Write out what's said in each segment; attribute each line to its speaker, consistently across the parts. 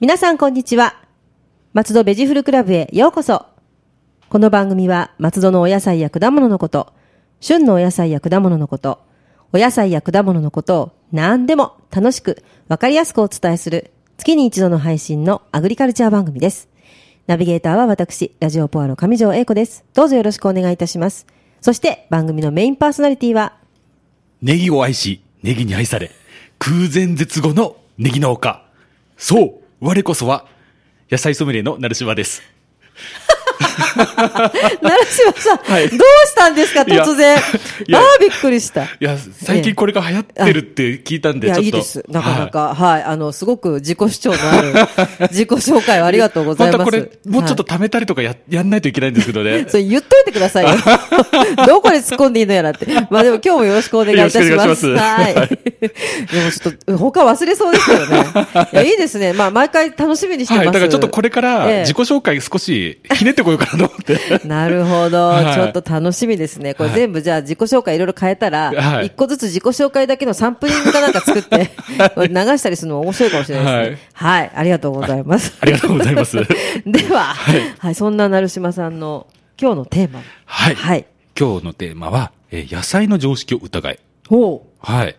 Speaker 1: 皆さんこんにちは。松戸ベジフルクラブへようこそ。この番組は松戸のお野菜や果物のこと、旬のお野菜や果物のこと、お野菜や果物のことを何でも楽しくわかりやすくお伝えする月に一度の配信のアグリカルチャー番組です。ナビゲーターは私、ラジオポアロ上条英子です。どうぞよろしくお願いいたします。そして番組のメインパーソナリティ は
Speaker 2: ネギを愛し、ネギに愛され、空前絶後のネギ農家。そう、我こそは、野菜ソムリエの成島です。
Speaker 1: 奈良島さん、
Speaker 2: はい
Speaker 1: どうしたんですか、
Speaker 2: いや
Speaker 1: 突然。あ
Speaker 2: いや
Speaker 1: あ、びっくりした。
Speaker 2: いや、最近これが流行ってるって聞いたん
Speaker 1: い
Speaker 2: で、ちょっ
Speaker 1: や、
Speaker 2: と。
Speaker 1: いいです。なかな
Speaker 2: は
Speaker 1: か、はい、あの、すごく自己主張のある、 自己紹介をありがとうございます。
Speaker 2: またこれ、もうちょっと
Speaker 1: は
Speaker 2: 貯めたりとかややんないといけないんですけどね
Speaker 1: い。。それ言っといてくだ さいよ。どこで突っ込んでいいのやらって。まあでも今日もよろしくお願いいたします。
Speaker 2: よろしくお願いし
Speaker 1: はい。
Speaker 2: ますは
Speaker 1: でもちょっと、他忘れそうですけどね。いや、いいですね。まあ毎回楽しみにしてま
Speaker 2: は
Speaker 1: す。
Speaker 2: い、だからちょっとこれか
Speaker 1: ええ
Speaker 2: ら自己紹介少しひねってこようかなと思って。
Speaker 1: なるほど、
Speaker 2: はい
Speaker 1: ちょっと楽しみですね。これ全部じゃあ自己紹介いろいろ変えたら、一、
Speaker 2: はい
Speaker 1: 個ずつ自己紹介だけのサンプリングかなんか作 って、流したりするのも面白いかもしれないですね。はい、ありがとうございます。
Speaker 2: ありがとうございます
Speaker 1: では、はい、そんな成島さんの今日のテーマ。
Speaker 2: はい。
Speaker 1: はい。
Speaker 2: 今日のテーマは、えー野菜の常識を疑え。
Speaker 1: ほう、
Speaker 2: はい。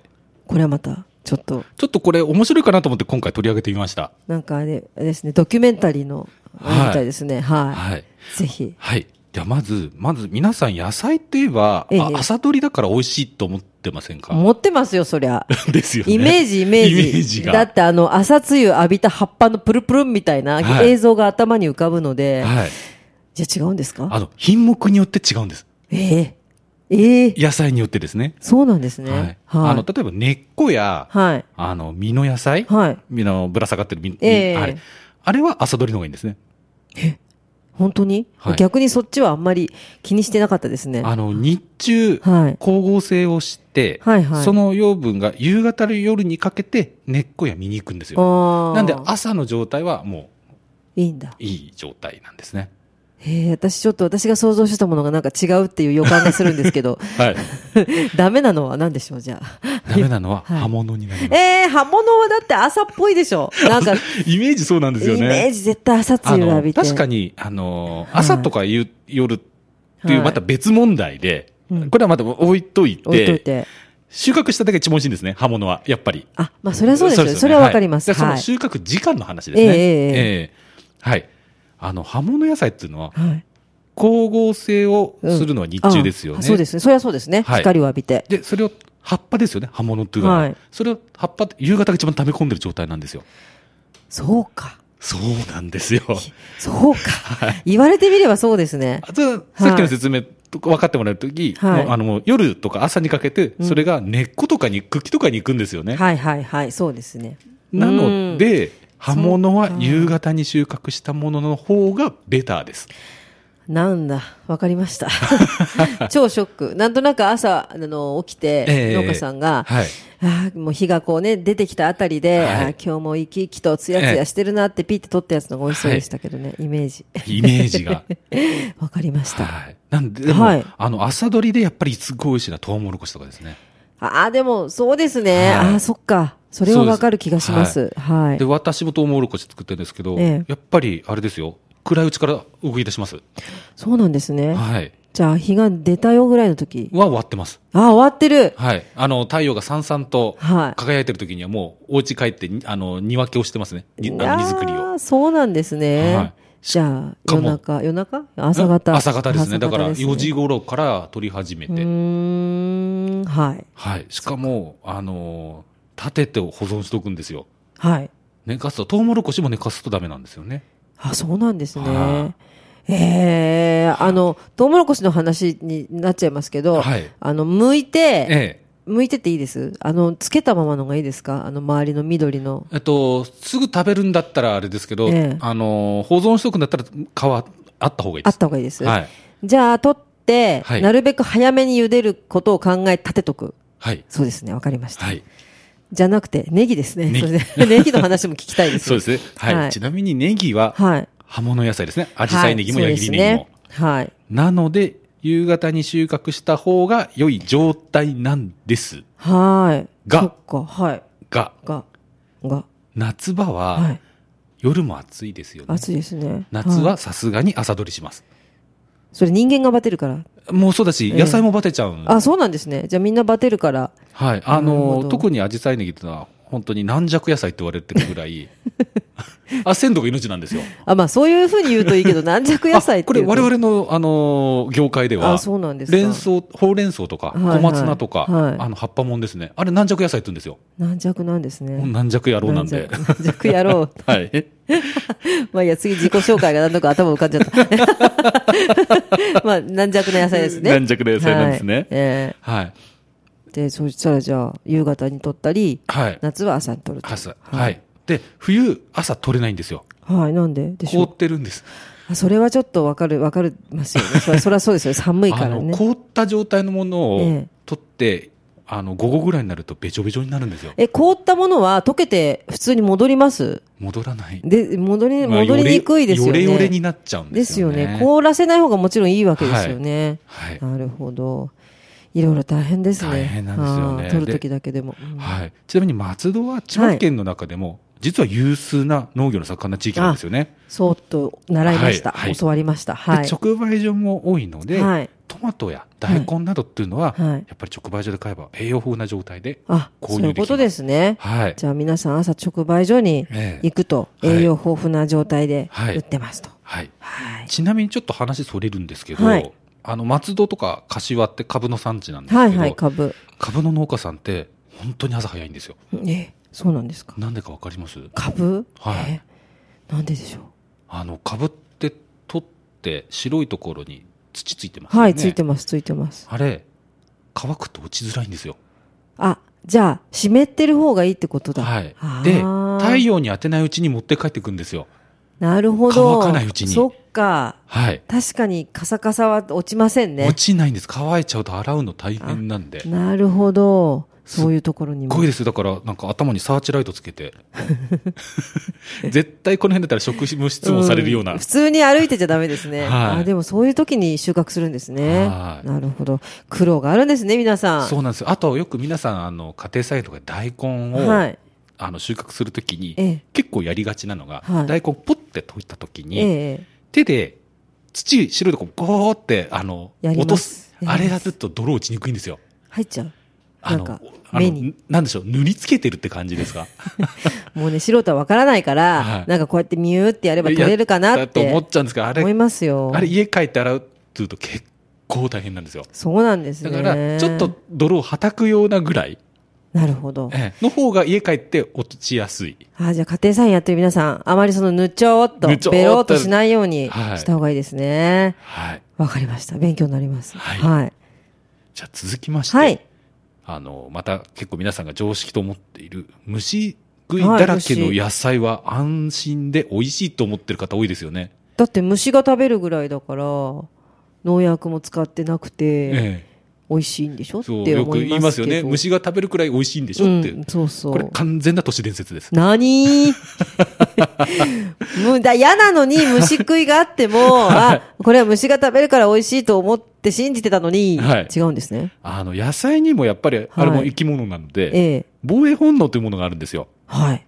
Speaker 1: これはまた、ちょっと、
Speaker 2: ちょっとこれ面白いかなと思って今回取り上げてみました。
Speaker 1: なんかあれですね、ドキュメンタリーの、あれみたいですね。はい。
Speaker 2: はい。
Speaker 1: ぜひ。
Speaker 2: はい。じゃあまず、まず皆さん野菜って言えば、
Speaker 1: ええ
Speaker 2: あ朝取りだから美味しいと思ってませんか
Speaker 1: 持ってますよ、そり ゃ。
Speaker 2: ですよね。
Speaker 1: イメージ、イメージ。
Speaker 2: イメージが。
Speaker 1: だってあの、朝露浴びた葉っぱのプルプルンみたいな
Speaker 2: はい
Speaker 1: 映像が頭に浮かぶので、
Speaker 2: はい。
Speaker 1: じゃあ違うんですか
Speaker 2: あの、品目によって違うんです。
Speaker 1: ええええ
Speaker 2: 野菜によってですね。
Speaker 1: そうなんですね。
Speaker 2: は
Speaker 1: はいい。。
Speaker 2: あの、例えば根っこや、
Speaker 1: はい。
Speaker 2: あの、実の野菜、
Speaker 1: はい。
Speaker 2: 実のぶら下がってる実、
Speaker 1: ええ
Speaker 2: あれ。あれは朝取りの方がいいんですね。
Speaker 1: 本当に、
Speaker 2: はい
Speaker 1: 逆にそっちはあんまり気にしてなかったですね。
Speaker 2: あの、日中、
Speaker 1: はい。
Speaker 2: 光合成をして、
Speaker 1: はいはい
Speaker 2: その養分が夕方の夜にかけて根っこや実に行くんですよ。
Speaker 1: ああ。
Speaker 2: なんで朝の状態はも
Speaker 1: いいんだ。
Speaker 2: ういい状態なんですね。
Speaker 1: ええ私ちょっと私が想像してたものがなんか違うっていう予感がするんですけ ど、
Speaker 2: はい。
Speaker 1: ダメなのは何でしょう、じゃあ。
Speaker 2: ダメなのは
Speaker 1: はい
Speaker 2: 刃物になります。
Speaker 1: ええ刃物はだって朝っぽいでしょ。なんか、
Speaker 2: イメージそうなんですよ
Speaker 1: イメー
Speaker 2: ね。
Speaker 1: ジ絶対朝
Speaker 2: あ
Speaker 1: 露浴
Speaker 2: の
Speaker 1: びて。
Speaker 2: 確かに、あの、朝とか夕夜ってい
Speaker 1: は
Speaker 2: う
Speaker 1: い
Speaker 2: また別問題で、
Speaker 1: うん
Speaker 2: これはまた置いとい
Speaker 1: 置いとい
Speaker 2: て、
Speaker 1: て。
Speaker 2: 収穫しただけ一番美味しいんですね、刃物は、やっぱり。
Speaker 1: あ、まあ、それはそうですよ。そ
Speaker 2: よね
Speaker 1: れはわかります。
Speaker 2: はいでそ
Speaker 1: は
Speaker 2: の
Speaker 1: い。
Speaker 2: 収穫時間の話ですね。
Speaker 1: ええええ
Speaker 2: ええはい。あの、刃物野菜っていうのは、
Speaker 1: はい。
Speaker 2: 光合成をするのは日中ですよ
Speaker 1: あ
Speaker 2: ね。
Speaker 1: そうですね。それはそうですね。
Speaker 2: はい
Speaker 1: 光を浴びて。
Speaker 2: で、それを、葉っぱですよね、刃物っていうのは。
Speaker 1: はい
Speaker 2: それを、葉っぱって、夕方が一番溜め込んでる状態なんですよ。
Speaker 1: そうか。
Speaker 2: そうなんですよ。
Speaker 1: そうか。言われてみればそうですね。
Speaker 2: あとさっきの説明とか分かってもらうとき、
Speaker 1: はい
Speaker 2: もうあのもう夜とか朝にかけて、それが根っことかに茎とかに行くんですよね。
Speaker 1: はいはいはい。そうですね。
Speaker 2: なの
Speaker 1: うん、
Speaker 2: で、葉物は
Speaker 1: そうか
Speaker 2: 夕方に収穫したものの方がベターです。
Speaker 1: なんだ。わかりま した。超ショック。なんとなく朝、あの、起きて、
Speaker 2: ええ
Speaker 1: 農家さんが、
Speaker 2: はい。
Speaker 1: ああ、もう火がこうね、出てきたあたりで、
Speaker 2: はい
Speaker 1: ああ今日も生き生きとツヤツヤしてるなってピッて取ったやつのが美味しそうでしたけどね、イメージ。
Speaker 2: イメージが。
Speaker 1: わかりました。
Speaker 2: はい。なんで、でも、
Speaker 1: はい
Speaker 2: あの、朝取りでやっぱりすごい美味しいな、トウモロコシとかですね。
Speaker 1: ああ、でも、そうですね。
Speaker 2: はい
Speaker 1: ああ、そっか。それはわかる気がします。はい
Speaker 2: で、。私もトウモロコシ作ってるんですけど、
Speaker 1: ええ
Speaker 2: やっぱり、あれですよ、暗いうちから動き出します。
Speaker 1: そうなんですね。
Speaker 2: はい。
Speaker 1: じゃあ、日が出たよぐらいの時。
Speaker 2: は終わってます。
Speaker 1: ああ、終わってる。
Speaker 2: はい。あの、太陽がさんさんと
Speaker 1: はい
Speaker 2: 輝いてる時にはもう、お家帰ってに、あの、荷分けをしてますね。にあの荷造り
Speaker 1: あ
Speaker 2: を。
Speaker 1: あそうなんですね。
Speaker 2: はい
Speaker 1: じゃあ、
Speaker 2: か
Speaker 1: 夜
Speaker 2: も
Speaker 1: 中、夜中朝方。
Speaker 2: 朝方ですね。だから、
Speaker 1: 朝方です
Speaker 2: 4時頃から取り始め
Speaker 1: う
Speaker 2: て。
Speaker 1: ーん、はい。
Speaker 2: はい。しかも、あのー、立てて保存しとくんですよ。
Speaker 1: はい。
Speaker 2: 寝かすと、トウモロコシも寝かすとダメなんですよね。
Speaker 1: あ、そうなんです
Speaker 2: は
Speaker 1: ね。ええあの、トウモロコシの話になっちゃいますけど、
Speaker 2: はい
Speaker 1: あの、剥い
Speaker 2: え
Speaker 1: て、
Speaker 2: え。
Speaker 1: 剥いてっていいですあの、つけたままのがいいですかあの、周りの緑の。
Speaker 2: えっと、すぐ食べるんだったらあれですけど、
Speaker 1: ええ
Speaker 2: あの、保存しとくんだったら皮あった方がいい
Speaker 1: あ
Speaker 2: で
Speaker 1: っ
Speaker 2: す。
Speaker 1: た方がいいです。
Speaker 2: はい。
Speaker 1: じゃあ、取って、
Speaker 2: はい
Speaker 1: なるべく早めに茹でることを考え、立てとく。
Speaker 2: はい。
Speaker 1: そうですね、わかりました。
Speaker 2: はい。
Speaker 1: じゃなくて、ネギですね。
Speaker 2: ネギ
Speaker 1: それで ネギの話も聞きたいです。
Speaker 2: そうですね。はい。
Speaker 1: はい
Speaker 2: ちなみにネギは、
Speaker 1: はい。
Speaker 2: 葉物野菜ですね。アジサイネギも
Speaker 1: はい
Speaker 2: 矢切ネギも。
Speaker 1: そうですね。はい。
Speaker 2: なので、夕方に収穫した方が良い状態なんです。
Speaker 1: はい。そ
Speaker 2: が
Speaker 1: っ、か、はい。
Speaker 2: が、
Speaker 1: が、が、
Speaker 2: 夏場
Speaker 1: は。
Speaker 2: はい夜も暑いですよね。
Speaker 1: 暑いですね。
Speaker 2: 夏はいさすがに朝取りします。
Speaker 1: それ人間がバテるから。
Speaker 2: もうそうだし、
Speaker 1: ええ
Speaker 2: 野菜もバテちゃうんで
Speaker 1: あ、そうなんですね。じゃあみんなバテるから。
Speaker 2: はい。
Speaker 1: な
Speaker 2: あ
Speaker 1: るほ
Speaker 2: の
Speaker 1: ど、
Speaker 2: 特にアジサイネギってのは、本当に軟弱野菜って言われてるぐ らい、あ、鮮度が命なんですよ。
Speaker 1: あ、まあそういうふうに言うといい けど、軟弱野菜って
Speaker 2: あこれ
Speaker 1: いうと
Speaker 2: 我々の、あのー業界では
Speaker 1: あ、そうなんですか
Speaker 2: 連想、ほうれん草とか、
Speaker 1: はいはい
Speaker 2: 小松菜とか、
Speaker 1: はい
Speaker 2: あの、葉っぱもんですね。あれ軟弱野菜って言うんですよ。
Speaker 1: 軟弱なんですね。
Speaker 2: 軟弱野郎なんで。
Speaker 1: 軟弱軟弱やろう。
Speaker 2: はい。
Speaker 1: まあいいや、次自己紹介が何とか頭浮かんじゃ った。まあ、軟弱な野菜ですね。
Speaker 2: 軟弱な野菜なんですね
Speaker 1: はいえ
Speaker 2: はい。
Speaker 1: えで、そしたらじゃあ、夕方に取ったり、
Speaker 2: はい。
Speaker 1: 夏は朝に取ると。
Speaker 2: 朝。はい。で、冬、朝取れないんですよ。
Speaker 1: はい、なんででし
Speaker 2: 凍
Speaker 1: ょ
Speaker 2: ってるんです。
Speaker 1: う。あそれはちょっとわかる、わかりますよね。それそれはそうですよ。寒いか
Speaker 2: あ
Speaker 1: ら
Speaker 2: の、
Speaker 1: ね。
Speaker 2: 凍った状態のもの
Speaker 1: え
Speaker 2: を
Speaker 1: え
Speaker 2: 取って、あの、午後ぐらいになるとべちょべちょになるんですよ。
Speaker 1: え、凍ったものは溶けて普通に戻ります
Speaker 2: 戻らない。
Speaker 1: で、戻り、
Speaker 2: まあ
Speaker 1: 戻りにくいですよね。
Speaker 2: よれよれになっちゃうん
Speaker 1: で
Speaker 2: ですす
Speaker 1: よ
Speaker 2: よ
Speaker 1: ね
Speaker 2: ね。
Speaker 1: 凍らせない方がもちろんいいわけですよね。
Speaker 2: はい。
Speaker 1: なるほど。いろいろ大変ですね。
Speaker 2: 大変なんですよね
Speaker 1: あー取る
Speaker 2: で
Speaker 1: 時だけでも。うん
Speaker 2: はい。ちなみに松戸は千葉県の中でも、実は有数な農業の盛んな地域なんですよね。
Speaker 1: そうっと習いました。
Speaker 2: はいはい
Speaker 1: 教わりました。はい。
Speaker 2: で、直売所も多いので、
Speaker 1: はい
Speaker 2: トマトや大根などっていうのは、
Speaker 1: はいはい
Speaker 2: やっぱり直売所で買えば栄養豊富な状態で、
Speaker 1: あ、
Speaker 2: 購
Speaker 1: そう
Speaker 2: 入
Speaker 1: いう
Speaker 2: できま
Speaker 1: こ
Speaker 2: す
Speaker 1: とですね。
Speaker 2: はい。
Speaker 1: じゃあ皆さん朝直売所に
Speaker 2: ええ
Speaker 1: 行くと
Speaker 2: はい
Speaker 1: 栄養豊富な状態で
Speaker 2: はい
Speaker 1: 売ってますと。
Speaker 2: はい。
Speaker 1: はい。
Speaker 2: ちなみにちょっと話それるんですけど、
Speaker 1: はい
Speaker 2: あの、松戸とか柏って株の産地なんですけど、
Speaker 1: はいはい、株。
Speaker 2: 株の農家さんって本当に朝早いんですよ。
Speaker 1: え、そうなんですか。
Speaker 2: なんでかわかります
Speaker 1: 株
Speaker 2: はい
Speaker 1: えなんででしょう。
Speaker 2: あの、株って取って白いところに土ついてますよね。
Speaker 1: はい、ついてます、ついてます。
Speaker 2: あれ、乾くと落ちづらいんですよ。
Speaker 1: あ、じゃあ、湿ってる方がいいってことだ。
Speaker 2: はい
Speaker 1: あ。
Speaker 2: で、
Speaker 1: ー
Speaker 2: 太陽に当てないうちに持って帰っていくんですよ。
Speaker 1: なるほど。
Speaker 2: 乾かないうちに
Speaker 1: そっか。
Speaker 2: はい。
Speaker 1: 確かにカサカサは落ちませんね
Speaker 2: 落。ちないんです。乾いちゃうと洗うの大変なんで。すっ
Speaker 1: なるほど。そういうところにも
Speaker 2: ごい。ですよ。だから、なんか頭にサーチライトつけて。 絶対この辺だったら職務質問されるような。
Speaker 1: ん普通に歩いてちゃダメですね。
Speaker 2: はい
Speaker 1: あでもそういう時に収穫するんですね。
Speaker 2: はい
Speaker 1: なるほど。苦労があるんですね、皆さん。
Speaker 2: そうなんですよ。あと、よく皆さん、あの、家庭菜園とかで大根を、
Speaker 1: はい。
Speaker 2: あの、収穫するときに、
Speaker 1: ええ。
Speaker 2: 結構やりがちなのが、
Speaker 1: はい
Speaker 2: 大根ポッて溶いたときに、
Speaker 1: ええ。
Speaker 2: 手で土、白いとこゴーって、あの、
Speaker 1: やります
Speaker 2: 落とす。
Speaker 1: やります
Speaker 2: あれだと泥落ちにくいんですよ。
Speaker 1: 入っちゃう。
Speaker 2: あ
Speaker 1: な
Speaker 2: の、
Speaker 1: んか、
Speaker 2: あ
Speaker 1: 目
Speaker 2: の
Speaker 1: に。、
Speaker 2: なんでしょう、塗りつけてるって感じですか
Speaker 1: もうね、素人はわからないから、
Speaker 2: はい
Speaker 1: なんかこうやってミューって やれば取れるか
Speaker 2: い
Speaker 1: な
Speaker 2: や
Speaker 1: っ
Speaker 2: だと
Speaker 1: て
Speaker 2: 思っちゃうんですけど、あ
Speaker 1: 思い
Speaker 2: れ、
Speaker 1: ますよ。
Speaker 2: あれ家帰って洗うっていうと結構大変なんですよ。
Speaker 1: そうなんです
Speaker 2: だ
Speaker 1: ね。
Speaker 2: から、ちょっと。泥をはたくようなぐらい、
Speaker 1: なるほど。
Speaker 2: ええの方が家帰って落ちやすい。
Speaker 1: あじゃあ家庭菜園やってる皆さん、あまりそのぬちょーっと
Speaker 2: ぬちょ、ーっと
Speaker 1: ベローっとしないように
Speaker 2: はい
Speaker 1: した方がいいですね。
Speaker 2: はい。
Speaker 1: わ、かりました。勉強になります。
Speaker 2: はい
Speaker 1: はい。
Speaker 2: じゃあ続きまして、
Speaker 1: はい
Speaker 2: あの、また結構皆さんが常識と思っている虫食いだらけの野菜は安心で美味しいと思ってる方多いですよね。
Speaker 1: だって虫が食べるぐらいだから、農薬も使ってなくて、
Speaker 2: え
Speaker 1: 美味しいんでしょ
Speaker 2: え。
Speaker 1: って
Speaker 2: そ
Speaker 1: 思
Speaker 2: う、よく
Speaker 1: いますけど。
Speaker 2: 言いますよね。虫が食べるくらい美味しいんでしょって。
Speaker 1: うん、そうそ
Speaker 2: これ
Speaker 1: う。
Speaker 2: 完全な都市伝説です。
Speaker 1: 何無駄、嫌なのに虫食いがあって も、あ、これは虫が食べるから美味しいと思って信じてたのに、
Speaker 2: はい
Speaker 1: 違うんですね。
Speaker 2: あの、野菜にもやっぱり、あれも生き物なので、
Speaker 1: ええ。
Speaker 2: 防衛本能というものがあるんですよ。
Speaker 1: はい。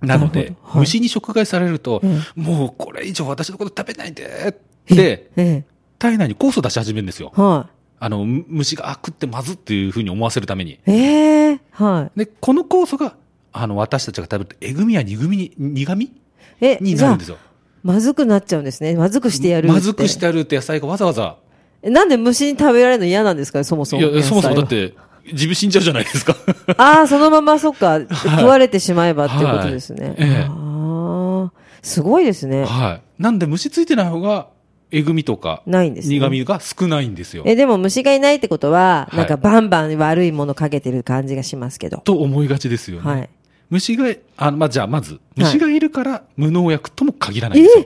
Speaker 2: なの
Speaker 1: なる
Speaker 2: で
Speaker 1: ほ、どはい
Speaker 2: 虫に食害されると、
Speaker 1: え
Speaker 2: もうこれ以上私のこと食べないでって、
Speaker 1: ええ。
Speaker 2: 体内に酵素出し始めるんですよ。
Speaker 1: はい。
Speaker 2: あの、む虫があ食ってまずっていうふうに思わせるために。
Speaker 1: ええはい。
Speaker 2: で、この酵素が、あの、私たちが食べると、えぐみや苦みに、苦み
Speaker 1: え、
Speaker 2: に
Speaker 1: じ
Speaker 2: なるん
Speaker 1: ゃ
Speaker 2: です
Speaker 1: あ、
Speaker 2: よ。
Speaker 1: まずくなっちゃうんですね。まずくしてやるって。
Speaker 2: まずくしてやるって野菜がわざわざ。
Speaker 1: えなんで虫に食べられるの嫌なんですかね、そもそ
Speaker 2: い
Speaker 1: も。
Speaker 2: や、そもそもだっ
Speaker 1: 野
Speaker 2: て、自分死んじゃうじゃないですか。
Speaker 1: 菜は。ああ、そのまま、そっか、食われてしまえばっていうことですね。
Speaker 2: はいええ
Speaker 1: ああ、すごいですね。
Speaker 2: はい。なんで、虫ついてない方が、えぐみとか、
Speaker 1: ないんですね
Speaker 2: 苦みが少ないんですよ。
Speaker 1: え、でも虫がいないってことは、
Speaker 2: はい
Speaker 1: なんかバンバン悪いものかけてる感じがしますけど。
Speaker 2: と思いがちですよね。
Speaker 1: はい。
Speaker 2: 虫が、あの、まあ、じゃあ、まず、
Speaker 1: い
Speaker 2: 虫がいるから、無農薬とも限らないんですよ。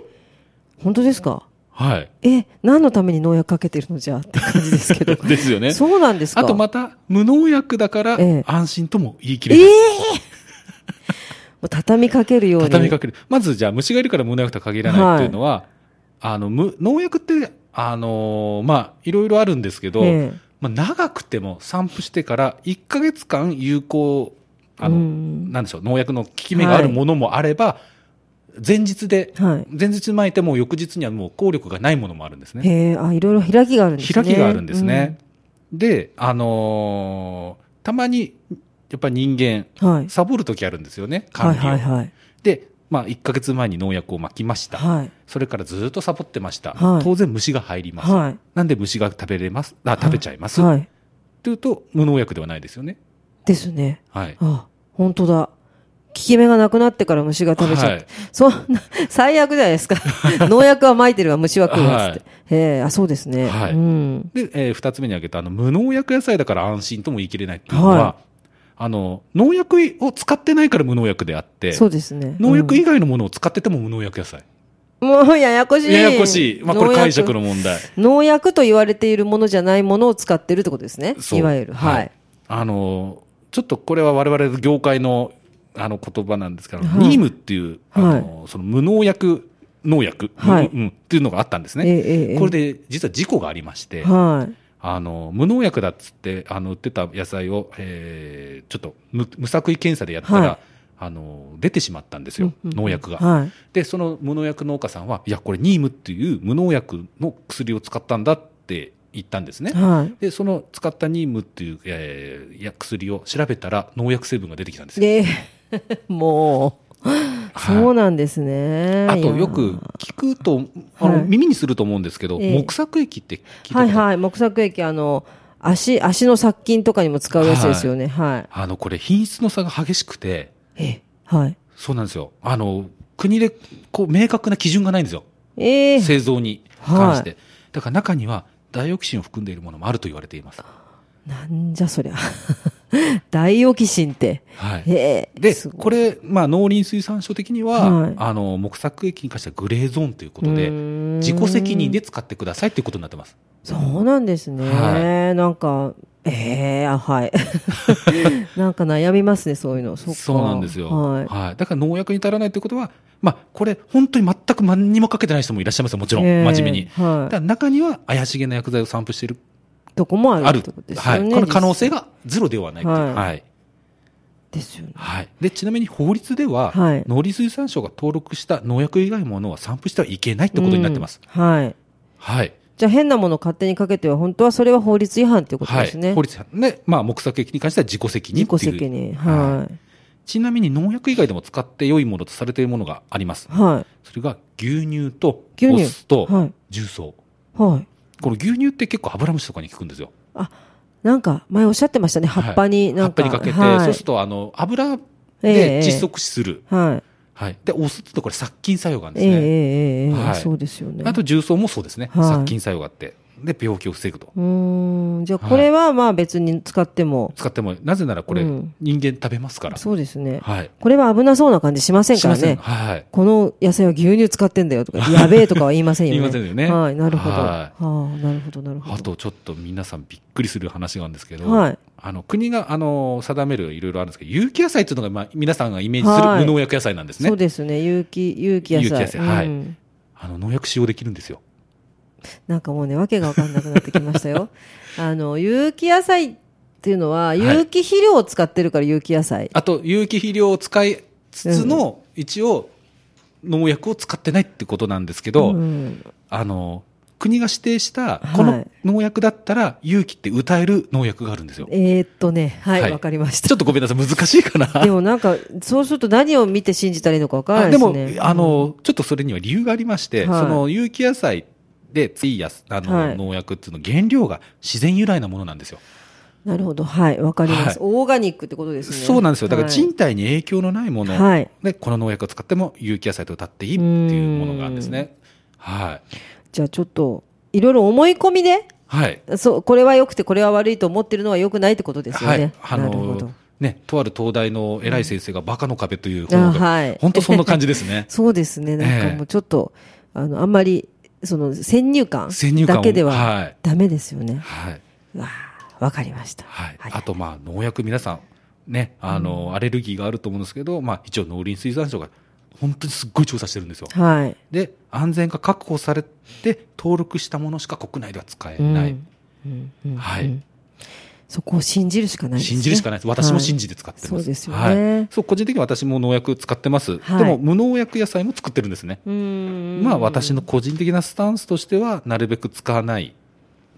Speaker 1: 本当ですか
Speaker 2: はい。
Speaker 1: え、何のために農薬かけてるのじゃあって感じですけど。
Speaker 2: です よね。
Speaker 1: そうなんですか
Speaker 2: あとまた、無農薬だから
Speaker 1: ええ、
Speaker 2: 安心とも言い切
Speaker 1: え
Speaker 2: れない。
Speaker 1: えもう畳みかけるように。
Speaker 2: 畳みかける。まずじゃあ、虫がいるから無農薬とは限らないっていうのは、あの、無、農薬って、あのーまあ、いろいろあるんですけど、
Speaker 1: ええ
Speaker 2: まあ、長くても散布してから1ヶ月間有効、あの、
Speaker 1: うん
Speaker 2: なんでしょう、農薬の効き目があるものもあれば、前日で、
Speaker 1: はい
Speaker 2: 前日巻いても翌日にはもう効力がないものもあるんですね。
Speaker 1: へえ、あ、いろいろ開きがあるんですね。
Speaker 2: 開きがあるんですね。で、あのーたまに、やっぱり人間、
Speaker 1: うん。はい。
Speaker 2: サボる時あるんですよね、
Speaker 1: は
Speaker 2: 管
Speaker 1: い
Speaker 2: 理を。
Speaker 1: はいはい。
Speaker 2: で、まあ、1ヶ月前に農薬をまきました。
Speaker 1: はい。
Speaker 2: それからずっとサボってました。
Speaker 1: はい
Speaker 2: 当然虫が入ります。
Speaker 1: はい。
Speaker 2: なんで虫が食べれますあ、食べちゃいます。と、
Speaker 1: はい。
Speaker 2: いうと、無農薬ではないですよね。
Speaker 1: ですね。
Speaker 2: はい。
Speaker 1: あ、本当だ。効き目がなくなってから虫が食べちゃって。
Speaker 2: はい
Speaker 1: そんな、最悪じゃない ですか。農薬は撒いてるわ、虫は食うわ、つって。へえ、あ、そうですね。
Speaker 2: はい
Speaker 1: うん。
Speaker 2: で、えー二つ目に挙げた、あの、無農薬野菜だから安心とも言い切れないっていうのは、
Speaker 1: は
Speaker 2: あの、農薬を使ってないから無農薬であって、
Speaker 1: そうですね。
Speaker 2: 農薬以外のものを使ってても無農薬野菜。
Speaker 1: うん、もうややこしい。
Speaker 2: ややこしい。まあ、これ解釈の問
Speaker 1: 農
Speaker 2: 題。
Speaker 1: 薬。農薬と言われているものじゃないものを使ってるってことですね。
Speaker 2: そう
Speaker 1: いわゆる。はい。
Speaker 2: あの、ちょっとこれは我々の業界の、あの、言葉なんですけど、
Speaker 1: はい
Speaker 2: ニームっていう、あの、その無農薬、農薬、
Speaker 1: はい
Speaker 2: うんうん、っていうのがあったんです
Speaker 1: ええ
Speaker 2: ね。
Speaker 1: ええ
Speaker 2: これで、実は事故がありまして、
Speaker 1: はい。
Speaker 2: あの、無農薬だっつって、あの、売ってた野菜を、えーちょっと無、無作為検査でやったら、
Speaker 1: はい
Speaker 2: あの、出てしまったんですよ、
Speaker 1: うんうん
Speaker 2: 農薬が。
Speaker 1: はい。
Speaker 2: で、その無農薬農家さんは、いや、これニームっていう無農薬の薬を使ったんだって言ったんですね。
Speaker 1: はい。
Speaker 2: で、その使ったニームっていう、えーいや薬を調べたら農薬成分が出てきたんですよ。
Speaker 1: で、 もう、
Speaker 2: はい
Speaker 1: そうなんですね。
Speaker 2: あ
Speaker 1: いや
Speaker 2: とよく聞くと、あの、
Speaker 1: はい
Speaker 2: 耳にすると思うんですけど、
Speaker 1: ええ
Speaker 2: 木作液って聞いたことあ
Speaker 1: はい
Speaker 2: ります
Speaker 1: はい。木作液、あの、足、足の殺菌とかにも使うやつですよね。は
Speaker 2: あの、これ品質の差が激しくて、
Speaker 1: い。え、はい。
Speaker 2: そうなんですよ。あの、国で、こう、明確な基準がないんですよ。
Speaker 1: ええ
Speaker 2: 製造に関して。だから中には、ダイオキシンを含んでいるものもあると言われています。
Speaker 1: なんじゃそりゃ。 ダイオキシンって。
Speaker 2: はい。
Speaker 1: ええ
Speaker 2: で、
Speaker 1: すごい
Speaker 2: これ、まあ、農林水産省的には、
Speaker 1: はい
Speaker 2: あの、木作液に関してはグレーゾーンということ
Speaker 1: うー
Speaker 2: で
Speaker 1: ん、
Speaker 2: 自己責任で使ってくださいということになってます。
Speaker 1: そうなんですね。
Speaker 2: は
Speaker 1: なんか、ええあ、 はい。なんか悩みますね、そういうの。そっか
Speaker 2: そうなんですよ。
Speaker 1: はい。
Speaker 2: だから農薬に足らないということは、まあ、これ、本当に全く何にもかけてない人もいらっしゃいますよ、もちろん。
Speaker 1: ええ
Speaker 2: 真面目に。
Speaker 1: は
Speaker 2: だ
Speaker 1: い
Speaker 2: から中には怪しげな薬剤を散布している
Speaker 1: どこもあ
Speaker 2: あ
Speaker 1: る
Speaker 2: る
Speaker 1: ってことです
Speaker 2: は
Speaker 1: よ
Speaker 2: い、
Speaker 1: ね。
Speaker 2: この可能性がゼロではないっていう、
Speaker 1: はい
Speaker 2: は
Speaker 1: 実
Speaker 2: い
Speaker 1: 際ですよね。
Speaker 2: はいでちなみに法律では、
Speaker 1: はい
Speaker 2: 農林水産省が登録した農薬以外のものは散布してはいけないってことになってます、
Speaker 1: うん。はい。
Speaker 2: はい
Speaker 1: じゃあ変なものを勝手にかけては、本当はそれは法律違反っていうこと
Speaker 2: は
Speaker 1: ですね。
Speaker 2: い、法律で、まあ、木作液に関しては自己責任
Speaker 1: 自
Speaker 2: っていう
Speaker 1: 己責任。
Speaker 2: は
Speaker 1: はい。
Speaker 2: ちなみに農薬以外でも使って良いものとされているものがあります
Speaker 1: は
Speaker 2: それが牛乳と
Speaker 1: 牛
Speaker 2: お
Speaker 1: 乳
Speaker 2: 酢と
Speaker 1: はい
Speaker 2: 重曹、
Speaker 1: い。はい。
Speaker 2: この牛乳って結構油虫とかに効くんですよ
Speaker 1: あ、なんか、前おっしゃってましたね。葉っぱに、
Speaker 2: 葉
Speaker 1: な
Speaker 2: っ
Speaker 1: ん
Speaker 2: ぱ
Speaker 1: か。
Speaker 2: にかけて、
Speaker 1: はい
Speaker 2: そうするとあの油
Speaker 1: ええ
Speaker 2: で窒息死する、
Speaker 1: はい。
Speaker 2: はい、でお酢ってこれ殺菌作用があるん
Speaker 1: え
Speaker 2: です
Speaker 1: え
Speaker 2: ね、
Speaker 1: ええええ
Speaker 2: はい
Speaker 1: そうですよね。
Speaker 2: あと
Speaker 1: う
Speaker 2: 重曹もそうですね、
Speaker 1: はい
Speaker 2: 殺菌作用があって、で病気を防ぐと、
Speaker 1: ーん。じゃあ、これはまあ別に使っても、
Speaker 2: 使っても、なぜならこれ、
Speaker 1: うん
Speaker 2: 人間食べますから、
Speaker 1: そうですね。
Speaker 2: はい、
Speaker 1: これは危なそうな感じしません
Speaker 2: し
Speaker 1: か
Speaker 2: ま
Speaker 1: ら
Speaker 2: せん、
Speaker 1: ね。
Speaker 2: はい、
Speaker 1: この野菜は牛乳使ってんだ よとか、やべえとかは言いませんよね。
Speaker 2: 言いませんよね
Speaker 1: はい、なるほど。は
Speaker 2: は
Speaker 1: あ、なるほど、なるほ
Speaker 2: あ
Speaker 1: ど。
Speaker 2: とちょっと皆さん、びっくりする話があるんですけど、
Speaker 1: はい
Speaker 2: あの国があの定めるいろいろあるんですけど、有機野菜っていうのが、まあ、皆さんがイメージする
Speaker 1: はい
Speaker 2: 無農薬野菜なんですね、
Speaker 1: そうですね。有機、有機野菜。
Speaker 2: 有機野菜はい
Speaker 1: うん
Speaker 2: あの農薬使用できるんですよ。
Speaker 1: なんかもうね、わけがわかんなくなってきました よ。あの、有機野菜っていうのは、
Speaker 2: い
Speaker 1: 有機肥料を使ってるから有機野菜。
Speaker 2: あと有機肥料を使いつつの、一応、農薬を使ってないってことなんですけど、
Speaker 1: うん
Speaker 2: あの、国が指定した
Speaker 1: はい、
Speaker 2: この農薬だったら、勇気って歌える農薬があるんですよ。
Speaker 1: えーっとね、はい、わ、
Speaker 2: はい
Speaker 1: かりまし
Speaker 2: ちょ
Speaker 1: た
Speaker 2: っ。とごめんなさい、難しいかな。
Speaker 1: でもなんか、そうすると何を見て信じたらいいのかわからな
Speaker 2: あ
Speaker 1: いで
Speaker 2: で
Speaker 1: す
Speaker 2: も
Speaker 1: ね。、
Speaker 2: あの、ちょっとそれには理由がありまして、
Speaker 1: はい
Speaker 2: その有機野菜で費やす、あの、
Speaker 1: はい
Speaker 2: 農薬っていうの原料が自然由来なものなんですよ。
Speaker 1: なるほど、はい、わかります、
Speaker 2: はい
Speaker 1: オーガニックってことですね。
Speaker 2: そうなんですよ。だから
Speaker 1: はい
Speaker 2: 人体に影響のないもの、
Speaker 1: はい
Speaker 2: で、この農薬を使っても有機野菜と歌っていいっていうものがあるんですね。はい。
Speaker 1: じゃあちょっと、いろいろ思い込みで、
Speaker 2: はい。
Speaker 1: そう、これは良くてこれは悪いと思ってるのは良くないってことですよ
Speaker 2: は
Speaker 1: ね。
Speaker 2: い。あ
Speaker 1: なるほど
Speaker 2: の。、ね、とある東大の偉い先生がバカの壁という
Speaker 1: あ
Speaker 2: 本
Speaker 1: はい。
Speaker 2: が、本当そんな感じですね
Speaker 1: そうですね、なんかもうちょっと、あの、あんまり、その、先入観
Speaker 2: 先入観を
Speaker 1: だけで
Speaker 2: は
Speaker 1: はいダメですよね。
Speaker 2: はい。
Speaker 1: わあわかりました。
Speaker 2: はい。
Speaker 1: はい
Speaker 2: あと、まあ、農薬皆さん、ね、あの、アレルギーがあると思うんですけど、まあ、一応農林水産省が、本当にすっごい調査してるんですよ。
Speaker 1: はい。
Speaker 2: で、安全が確保されて、登録したものしか国内では使え
Speaker 1: うん
Speaker 2: ない。
Speaker 1: うんうん
Speaker 2: は
Speaker 1: う
Speaker 2: い
Speaker 1: ん。そこを信じるしかないですね。
Speaker 2: 信じるしかないです。私も信
Speaker 1: じ
Speaker 2: じて使ってます。
Speaker 1: そうですよね
Speaker 2: はいそう、個人的に私も農薬使ってます。
Speaker 1: はい
Speaker 2: でも、無農薬野菜も作ってるんですね。
Speaker 1: うーん
Speaker 2: まあ、私の個人的なスタンスとしては、なるべく使わない。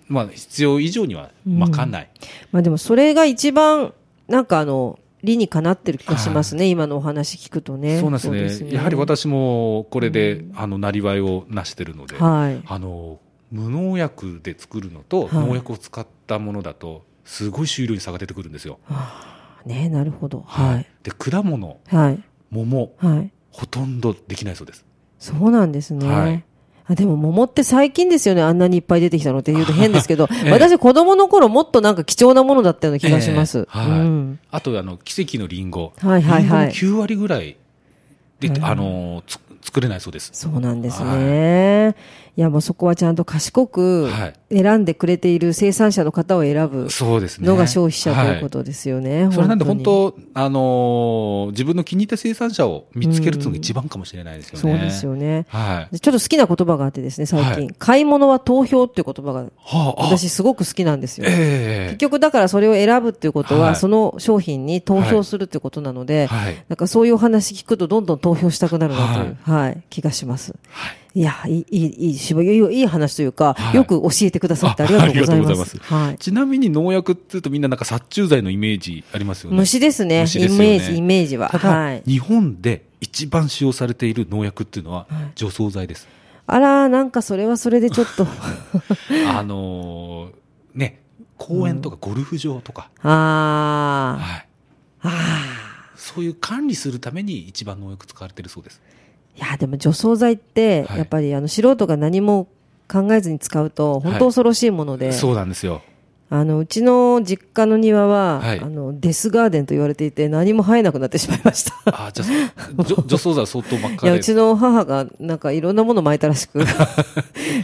Speaker 2: まあ、必要以上にはまかない。
Speaker 1: まあでもそれが一番、なんかあの、理にかなってる気がしますね、今のお話聞くとね。
Speaker 2: そうなんですねやはり私も、これで、あの、なりわいを成してるので、
Speaker 1: はい。
Speaker 2: あの、無農薬で作るのと、
Speaker 1: はい
Speaker 2: 農薬を使ったものだと、すごい収量に差が出てくるんですよ。
Speaker 1: ねなるほど。はい。。
Speaker 2: で、果物、
Speaker 1: はい。
Speaker 2: 桃、
Speaker 1: はい。
Speaker 2: ほとんどできないそうです。
Speaker 1: そうなんですね。
Speaker 2: はい
Speaker 1: あでも桃って最近ですよね、あんなにいっぱい出てきたのって言うと変ですけど、
Speaker 2: ええ
Speaker 1: 私子供の頃もっとなんか貴重なものだったような気がします。
Speaker 2: ええはい
Speaker 1: うん
Speaker 2: あとあの奇跡のリンゴ、
Speaker 1: はいはいはい
Speaker 2: リンゴの9割ぐらいで、
Speaker 1: うん
Speaker 2: あのつ作れないそうです。
Speaker 1: そうなんですね。い、や、もうそこはちゃんと賢く
Speaker 2: はい
Speaker 1: 選んでくれている生産者の方を選ぶ
Speaker 2: そうですね。
Speaker 1: のが消費者というこ
Speaker 2: は
Speaker 1: とですよね。
Speaker 2: いそれなんで本
Speaker 1: に
Speaker 2: 当、あのー自分の気に入った生産者を見つけるっていうのが一番かもしれないですよね。
Speaker 1: そうですよね。
Speaker 2: はい。
Speaker 1: でちょっと好きな言葉があってですね、最近。
Speaker 2: は
Speaker 1: 買い物は投票っていう言葉が
Speaker 2: はあ、あ
Speaker 1: 私すごく好きなんですよ。結
Speaker 2: え
Speaker 1: 局だからそれを選ぶっていうことは、
Speaker 2: はい
Speaker 1: その商品に投票するっていうことなの
Speaker 2: え
Speaker 1: で、
Speaker 2: はい。
Speaker 1: なんかそういうお話聞くとどんどん投票したくなるなという、はい、気がします。
Speaker 2: はい
Speaker 1: いや、いい、いいいいし、いい、いい話というか、
Speaker 2: はい
Speaker 1: よく教えてくださってありがとうございま
Speaker 2: あありがとうございます
Speaker 1: す。はい。
Speaker 2: ちなみに農薬っていうとみんななんか殺虫剤のイメージありますよね。
Speaker 1: 虫ですね。
Speaker 2: 虫です
Speaker 1: イ
Speaker 2: よ
Speaker 1: メ
Speaker 2: ね
Speaker 1: ージ、イメージは。
Speaker 2: ただ、
Speaker 1: はい。
Speaker 2: 日本で一番使用されている農薬っていうのは除草 剤です。
Speaker 1: あら、なんかそれはそれでちょっと。
Speaker 2: あのーね、公園とかゴルフ場とか、
Speaker 1: あー。
Speaker 2: はい、
Speaker 1: あ
Speaker 2: そういう管理するために一番農薬使われてるそうです。
Speaker 1: ー。いや、でも除草剤って、
Speaker 2: はい
Speaker 1: やっぱりあの素人が何も考えずに使うと、本当恐ろしいもので。
Speaker 2: そうなんですよ。
Speaker 1: あの、うちの実家の庭は、
Speaker 2: はい
Speaker 1: あの、デスガーデンと言われていて、何も生えなくなってしまいま した。
Speaker 2: あーじゃ あ、除除草剤は相当ばっ
Speaker 1: い
Speaker 2: か
Speaker 1: や、
Speaker 2: り
Speaker 1: う
Speaker 2: で。
Speaker 1: ちの母が、なんかいろんなもの巻いたらし く。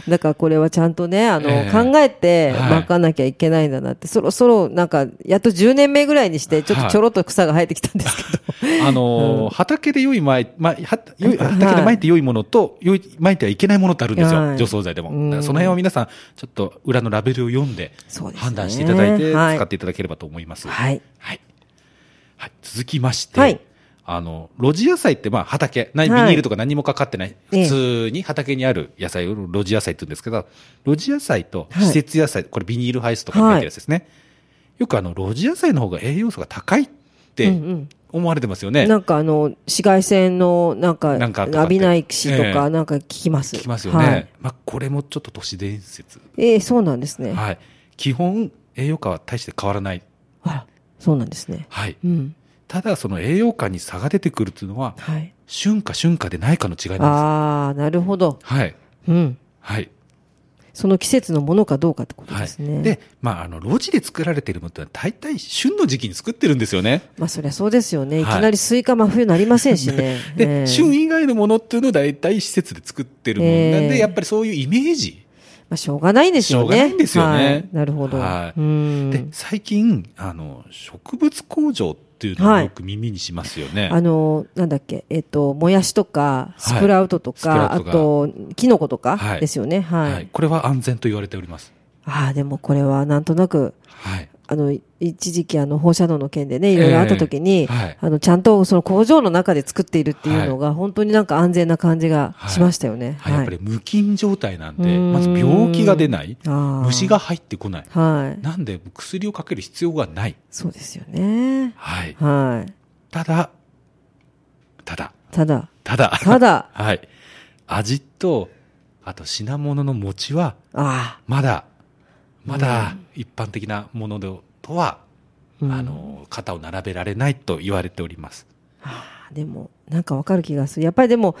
Speaker 1: だからこれはちゃんとね、あの、
Speaker 2: ええ
Speaker 1: 考えて
Speaker 2: はい
Speaker 1: 巻かなきゃいけないんだなって、そろそろ、なんか、やっと10年目ぐらいにして、ちょっとちょろっと草が生えてきたんです けど。
Speaker 2: あのー畑で良いまい、まい、は良い畑でまいて良いものと、良い、まいてはいけないものってあるんです
Speaker 1: は
Speaker 2: よ。
Speaker 1: い
Speaker 2: 除草剤でも。
Speaker 1: うん
Speaker 2: だからその辺は皆さん、ちょっと裏のラベルを読んで
Speaker 1: そうですね
Speaker 2: 判断していただいて、
Speaker 1: はい
Speaker 2: 使っていただければと思います。
Speaker 1: はい。
Speaker 2: はい。はい、続きまして、
Speaker 1: はい
Speaker 2: あの、路地野菜ってまあ畑、なビニ
Speaker 1: はい
Speaker 2: ールとか何もかかってない、
Speaker 1: ええ
Speaker 2: 普通に畑にある野菜を路地野菜って言うんですけど、路地野菜と施設野菜、これビニールハウスとかに入ってるやつですね。よくあの、路地野菜の方が栄養素が高いっ
Speaker 1: う
Speaker 2: て
Speaker 1: んうん
Speaker 2: 思われてますよね。
Speaker 1: なんかあの、紫外線の、なんか、
Speaker 2: なんかとかっ
Speaker 1: 浴び
Speaker 2: て
Speaker 1: ないしと
Speaker 2: え
Speaker 1: か、
Speaker 2: え
Speaker 1: なんか聞きます。
Speaker 2: 聞きますよね。
Speaker 1: はい
Speaker 2: まあ、これもちょっと都市伝説。
Speaker 1: ええ、そうなんですね。
Speaker 2: はい。基本、栄養価は大して変わらない。
Speaker 1: あら、そうなんですね。
Speaker 2: はい。
Speaker 1: うん。
Speaker 2: ただ、その栄養価に差が出てくるっていうのは、
Speaker 1: はい。
Speaker 2: 春夏春夏でないかの違いなんで
Speaker 1: ああ、なるほど。
Speaker 2: す。はい。
Speaker 1: うん。
Speaker 2: はい。
Speaker 1: その季節のものかどうかってこと
Speaker 2: は
Speaker 1: で
Speaker 2: い
Speaker 1: すね。、
Speaker 2: で、まあ、あの、路地で作られているものってのは大体旬の時期に作ってるんですよね。
Speaker 1: まあそりゃそうですよね。いき
Speaker 2: はい。
Speaker 1: なりスイカ真冬になりませんしね
Speaker 2: で、
Speaker 1: ええ
Speaker 2: 旬以外のものっていうのは大体施設で作ってるもんなんで、
Speaker 1: ええ
Speaker 2: やっぱりそういうイメージ。
Speaker 1: まあしょうがないんですよね。
Speaker 2: しょうがないんですよね
Speaker 1: はいなるほど。
Speaker 2: はい
Speaker 1: うん
Speaker 2: で、最近、あの、植物工場っていうのを
Speaker 1: はい
Speaker 2: よく耳にしますよね。
Speaker 1: あの、なんだっけ、えっ、と、もやしとか、スプラウトとか、
Speaker 2: はい
Speaker 1: あ
Speaker 2: スプラウト
Speaker 1: と、キノコとか
Speaker 2: はい
Speaker 1: ですよね。はい。
Speaker 2: はい。これは安全と言われております。
Speaker 1: ああ、でもこれはなんとなく、
Speaker 2: はい。
Speaker 1: あの、い一時期あの、放射能の件でね、いろいろあった時に、
Speaker 2: ええはい
Speaker 1: あの、ちゃんとその工場の中で作っているっていうのが、本当になんか安全な感じがしましたよね。
Speaker 2: はい、やっぱり無菌状態なん
Speaker 1: う
Speaker 2: で、
Speaker 1: ーん
Speaker 2: まず病気が出ない。
Speaker 1: ああ
Speaker 2: 虫が。入ってこない。
Speaker 1: はい。
Speaker 2: なんで、薬をかける必要がない。
Speaker 1: そうですよね。
Speaker 2: はい。
Speaker 1: はい。
Speaker 2: ただ、ただ、
Speaker 1: ただ、
Speaker 2: ただ。、
Speaker 1: ただ
Speaker 2: はい。味と、あと品物の餅は、
Speaker 1: あ
Speaker 2: まだ、まだ一般的なものでとは、
Speaker 1: あ、うん
Speaker 2: あ、の、肩を並べられないと言われております。
Speaker 1: ああでも、なんかわかる気がする。やっぱりでも、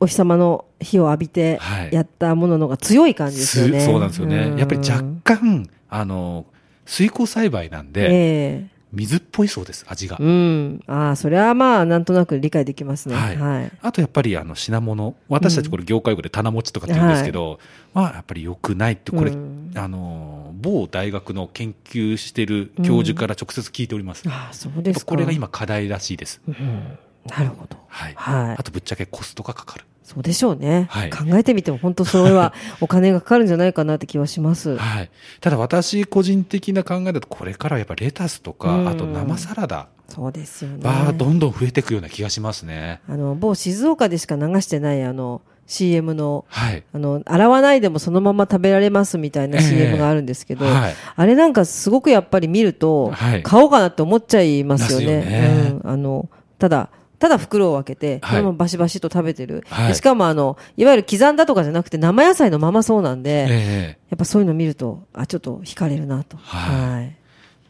Speaker 1: お日様の火を浴びて
Speaker 2: は、い
Speaker 1: やったものの方が強い感じですよね。
Speaker 2: すそうなんですよね。やっぱり若
Speaker 1: 干、
Speaker 2: 干、あの、水耕栽培なんで、
Speaker 1: え
Speaker 2: 水っぽいそうです、味が
Speaker 1: え。うん。ああ、それはまあ、なんとなく理解できますね。は。
Speaker 2: はいい
Speaker 1: はい。
Speaker 2: あとやっぱりあの品物、私たちこれ業界用語で棚持ちとかって言うんですけど、まあやっぱり良くないって、これ、
Speaker 1: うん
Speaker 2: あの、某大学の研究してる教授から直接聞いております。
Speaker 1: ああ、そうで
Speaker 2: やっ
Speaker 1: す
Speaker 2: ぱ
Speaker 1: か。
Speaker 2: これが今課題らしいです。
Speaker 1: うん。なるほど。
Speaker 2: はい。
Speaker 1: はい
Speaker 2: あとぶっちゃけコストがかかる。
Speaker 1: そうでしょうね。
Speaker 2: はい
Speaker 1: 考えてみても本当それ はお金がかかるんじゃないかなって気はします。
Speaker 2: はい。ただ私個人的な考えだと、これからはやっぱレタスと
Speaker 1: うん
Speaker 2: か、あと生サラダ
Speaker 1: そうですよね。
Speaker 2: はどんどん増えていくような気がしますね。
Speaker 1: あの、某静岡でしか流してないあの、CM の、
Speaker 2: はい。
Speaker 1: あの、洗わないでもそのまま食べられますみたいな
Speaker 2: ええ
Speaker 1: CM があるんですけど、
Speaker 2: はい
Speaker 1: あれなんかすごくやっぱり見ると、
Speaker 2: はい
Speaker 1: 買おうかなって思っちゃいますよね。
Speaker 2: ですよね
Speaker 1: うん、あの、ただ、ただ袋を開けて、
Speaker 2: は
Speaker 1: そ
Speaker 2: い
Speaker 1: のままバシバシと食べてる、
Speaker 2: はい
Speaker 1: でしかもあの、いわゆる刻んだとかじゃなくて生野菜のままそうなんで、
Speaker 2: ええ
Speaker 1: やっぱそういうの見ると、あ、ちょっと惹かれるなと。
Speaker 2: はい
Speaker 1: い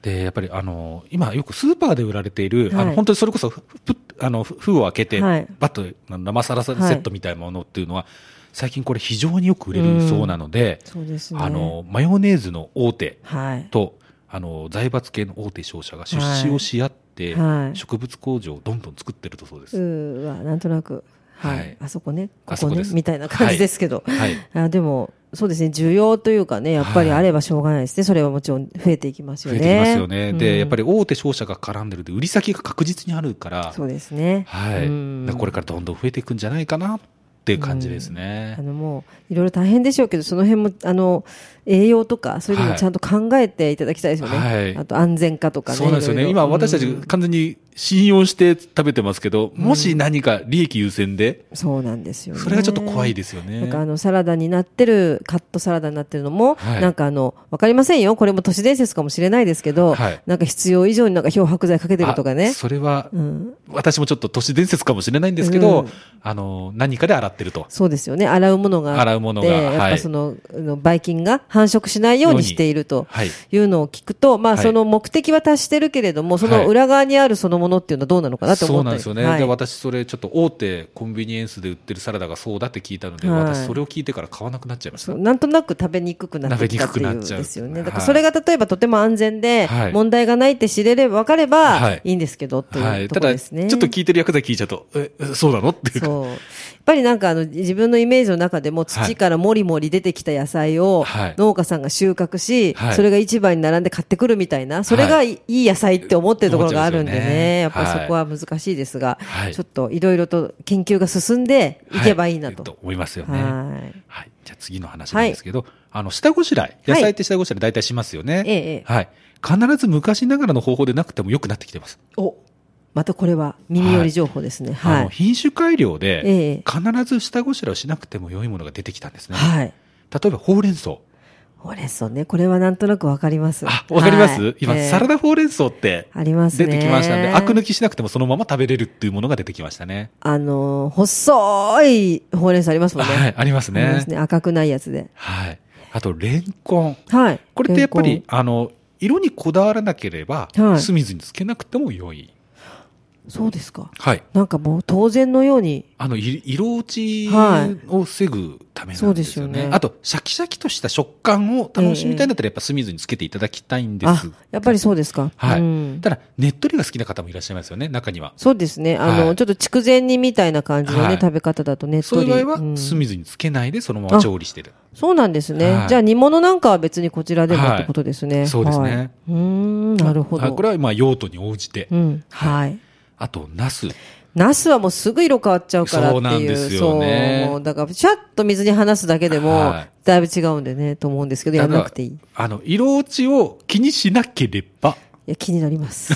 Speaker 2: で、やっぱりあの、今よくスーパーで売られてい
Speaker 1: は
Speaker 2: る、
Speaker 1: い
Speaker 2: あの、本当にそれこそ、ふふあの、ふ封を開けて、
Speaker 1: はい
Speaker 2: バッとあの生サラセ
Speaker 1: はい
Speaker 2: ットみたいなものっていうのは、最近これ非常によく売れるそうなので、
Speaker 1: そうですね。
Speaker 2: あ、の、マヨネーズの大手
Speaker 1: はい。
Speaker 2: と、あの、財閥系の大手商社が出資をし合っ
Speaker 1: は
Speaker 2: て、
Speaker 1: い
Speaker 2: 植物工場をどんどん作ってるとそうで
Speaker 1: う
Speaker 2: す。
Speaker 1: ーわ、なんとなく。はい。
Speaker 2: はい
Speaker 1: あそこね、こ
Speaker 2: あ
Speaker 1: こ
Speaker 2: そこ
Speaker 1: ね
Speaker 2: で、す
Speaker 1: みたいな感じですけど。
Speaker 2: はい。
Speaker 1: あでも、そうですね、需要というかね、やっぱり
Speaker 2: はい
Speaker 1: あればしょうがないですね。それはもちろん増えていきます
Speaker 2: 増
Speaker 1: よ
Speaker 2: え
Speaker 1: ね。
Speaker 2: てきますよね。
Speaker 1: うん
Speaker 2: で、やっぱり大手商社が絡んでるで、売り先が確実にあるから、
Speaker 1: そうですね。
Speaker 2: はい。
Speaker 1: うん
Speaker 2: だからこれからどんどん増えていくんじゃないかなっていう感じですね
Speaker 1: あ。のもう、いろいろ大変でしょうけど、その辺も、あの、栄養とか、そういうのも
Speaker 2: はい
Speaker 1: ちゃんと考えていただきたいですよね。
Speaker 2: はい
Speaker 1: あと安全化とかね。
Speaker 2: そうなんですよね。
Speaker 1: いろいろ
Speaker 2: 今私たち
Speaker 1: うん
Speaker 2: 完全に信用して食べてますけど、もし何か利益優先で、
Speaker 1: そうなんですよね。
Speaker 2: それがちょっと怖いですよね。
Speaker 1: なんかあのサラダになってる、カットサラダになってるのも、
Speaker 2: はい
Speaker 1: なんかあの、わかりませんよ。これも都市伝説かもしれないですけど、
Speaker 2: はい
Speaker 1: なんか必要以上になんか漂白剤かけてるとか
Speaker 2: あ
Speaker 1: ね。
Speaker 2: それは、
Speaker 1: うん。
Speaker 2: 私もちょっと都市伝説かもしれないんですけど、
Speaker 1: うん
Speaker 2: あの、何かで洗ってると。
Speaker 1: そうですよね。洗うものがあって。
Speaker 2: 洗うものがはい
Speaker 1: やっぱその、あのばい菌が繁殖しないようにしていると。
Speaker 2: はい。
Speaker 1: いうのを聞くと、まあ、
Speaker 2: はい
Speaker 1: その目的は達してるけれども、そ
Speaker 2: は
Speaker 1: の
Speaker 2: い
Speaker 1: 裏側にあるそのものっていうのはどうなのかなと
Speaker 2: そ
Speaker 1: 思
Speaker 2: う
Speaker 1: った
Speaker 2: なん
Speaker 1: り
Speaker 2: ですよね。
Speaker 1: はい
Speaker 2: で、私それちょっと大手コンビニエンスで売ってるサラダがそうだって聞いたので、
Speaker 1: はい
Speaker 2: 私それを聞いてから買わなくなっちゃいまし
Speaker 1: そ
Speaker 2: た。
Speaker 1: うなんとなく食べにくくなってきたってい
Speaker 2: 食べ
Speaker 1: うん
Speaker 2: にくくなっちゃう
Speaker 1: ですよね。
Speaker 2: はい
Speaker 1: だからそれが例えばとても安全で
Speaker 2: は、い
Speaker 1: 問題がないって知れれば、分かれば
Speaker 2: はい
Speaker 1: いいんですけど、と
Speaker 2: はいい。
Speaker 1: うと
Speaker 2: た
Speaker 1: こ
Speaker 2: だ、
Speaker 1: で
Speaker 2: ち
Speaker 1: す
Speaker 2: ょ
Speaker 1: ね。
Speaker 2: っと聞いてる役で聞いちゃうと、え、えそうなのっていうか。
Speaker 1: そう。やっぱりなんかあの、自分のイメージの中でも土からもりもり出てきた野菜を
Speaker 2: はい
Speaker 1: 農家さんが収穫し、
Speaker 2: はい
Speaker 1: それが市場に並んで買ってくるみたいな、それがいい野菜って思ってるところがあるんで
Speaker 2: 思っちゃいますよ
Speaker 1: ね、
Speaker 2: ね
Speaker 1: やっぱりそこは難しいですが、
Speaker 2: はい
Speaker 1: ちょっといろいろと研究が進んでいけばいいな
Speaker 2: は
Speaker 1: と。
Speaker 2: 思いますよね。はい。
Speaker 1: はい。
Speaker 2: じゃあ次の話なんですけど、あの、下ごしらえ。野菜って下ごしらえ大体しますよね。
Speaker 1: ええええ
Speaker 2: はい。必ず昔ながらの方法でなくても良くなってきてます。
Speaker 1: お、またこれは耳寄り情報ですね。
Speaker 2: あ
Speaker 1: は
Speaker 2: の、
Speaker 1: い。
Speaker 2: 品種改良
Speaker 1: ええ
Speaker 2: で、必ず下ごしらえをしなくても良いものが出てきたんですね。
Speaker 1: はい。
Speaker 2: 例えば、ほうれん草。
Speaker 1: ほうれん草ね、これはなんとなくわかります。
Speaker 2: あ、わかります、
Speaker 1: はい
Speaker 2: 今、
Speaker 1: ええ
Speaker 2: サラダほうれん草って、
Speaker 1: ありますね
Speaker 2: 出てきましたんで、アク抜きしなくてもそのまま食べれるっていうものが出てきましたね。
Speaker 1: あのー、細いほうれん草ありますもんね。
Speaker 2: はい、あります
Speaker 1: ありま
Speaker 2: ね
Speaker 1: す。ね。赤くないやつで。
Speaker 2: はい。あと、レンコン。
Speaker 1: はい。
Speaker 2: これってやっぱ
Speaker 1: レン
Speaker 2: り
Speaker 1: コ、
Speaker 2: あの、色にこだわらなければ、
Speaker 1: はい
Speaker 2: 酢水につけなくても良い。
Speaker 1: ン。そうですか。
Speaker 2: はい。
Speaker 1: なんかもう当然のように。
Speaker 2: あの、い色落ち
Speaker 1: はい
Speaker 2: を防ぐため
Speaker 1: そ
Speaker 2: な
Speaker 1: うんで
Speaker 2: ですす
Speaker 1: よ
Speaker 2: よ
Speaker 1: ね
Speaker 2: ね。あと、シャキシャキとした食感を楽しみたいんだったら、やっぱ酢水につけていただきたいんで
Speaker 1: あ
Speaker 2: す。、
Speaker 1: やっぱりそうですか。
Speaker 2: はい。
Speaker 1: うん
Speaker 2: ただ、ねっとりが好きな方もいらっしゃいますよね、中には。
Speaker 1: そうですね。あの、
Speaker 2: はい
Speaker 1: ちょっと筑前煮みたいな感じのね、
Speaker 2: はい
Speaker 1: 食べ方だとねっ
Speaker 2: そ
Speaker 1: と
Speaker 2: うい
Speaker 1: り。
Speaker 2: う場合
Speaker 1: うん
Speaker 2: は、酢水につけないでそのまま調理してる。
Speaker 1: そうなんですね、
Speaker 2: はい
Speaker 1: じゃあ煮物なんかは別にこちらでもってことですね。
Speaker 2: はいそうですね
Speaker 1: はいうーん、なるほど。
Speaker 2: あこれはまあ用途に応じて。
Speaker 1: うん、はい。
Speaker 2: あと、ナス。
Speaker 1: ナスはもうすぐ色変わっちゃうからっていう。
Speaker 2: そうなんですよね
Speaker 1: そうもうだから、シャッと水に放すだけでも
Speaker 2: はい、
Speaker 1: だいぶ違うんでね、と思うんですけど、やらなくていい。い
Speaker 2: あの、色落ちを気にしなければ、
Speaker 1: や、気になり ます。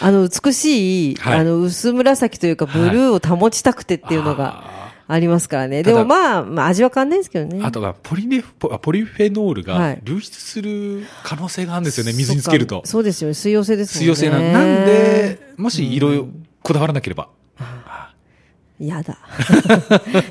Speaker 1: あの、美しい、
Speaker 2: はい
Speaker 1: あの、薄紫というか、ブルーを保ちたくてっていうのが
Speaker 2: は
Speaker 1: ありますからね。
Speaker 2: た
Speaker 1: で
Speaker 2: だ
Speaker 1: もまあ、まあ、味は変わんないですけどね。
Speaker 2: あとはポリネポ、ポリフェノール
Speaker 1: は
Speaker 2: が
Speaker 1: い
Speaker 2: 流出する可能性があるんですよね、
Speaker 1: そっか
Speaker 2: 水につけると。
Speaker 1: そうですよね。水溶性ですもん
Speaker 2: 水
Speaker 1: ね。
Speaker 2: 溶性なんなんで、もし色をこだわらなければ。
Speaker 1: やだ。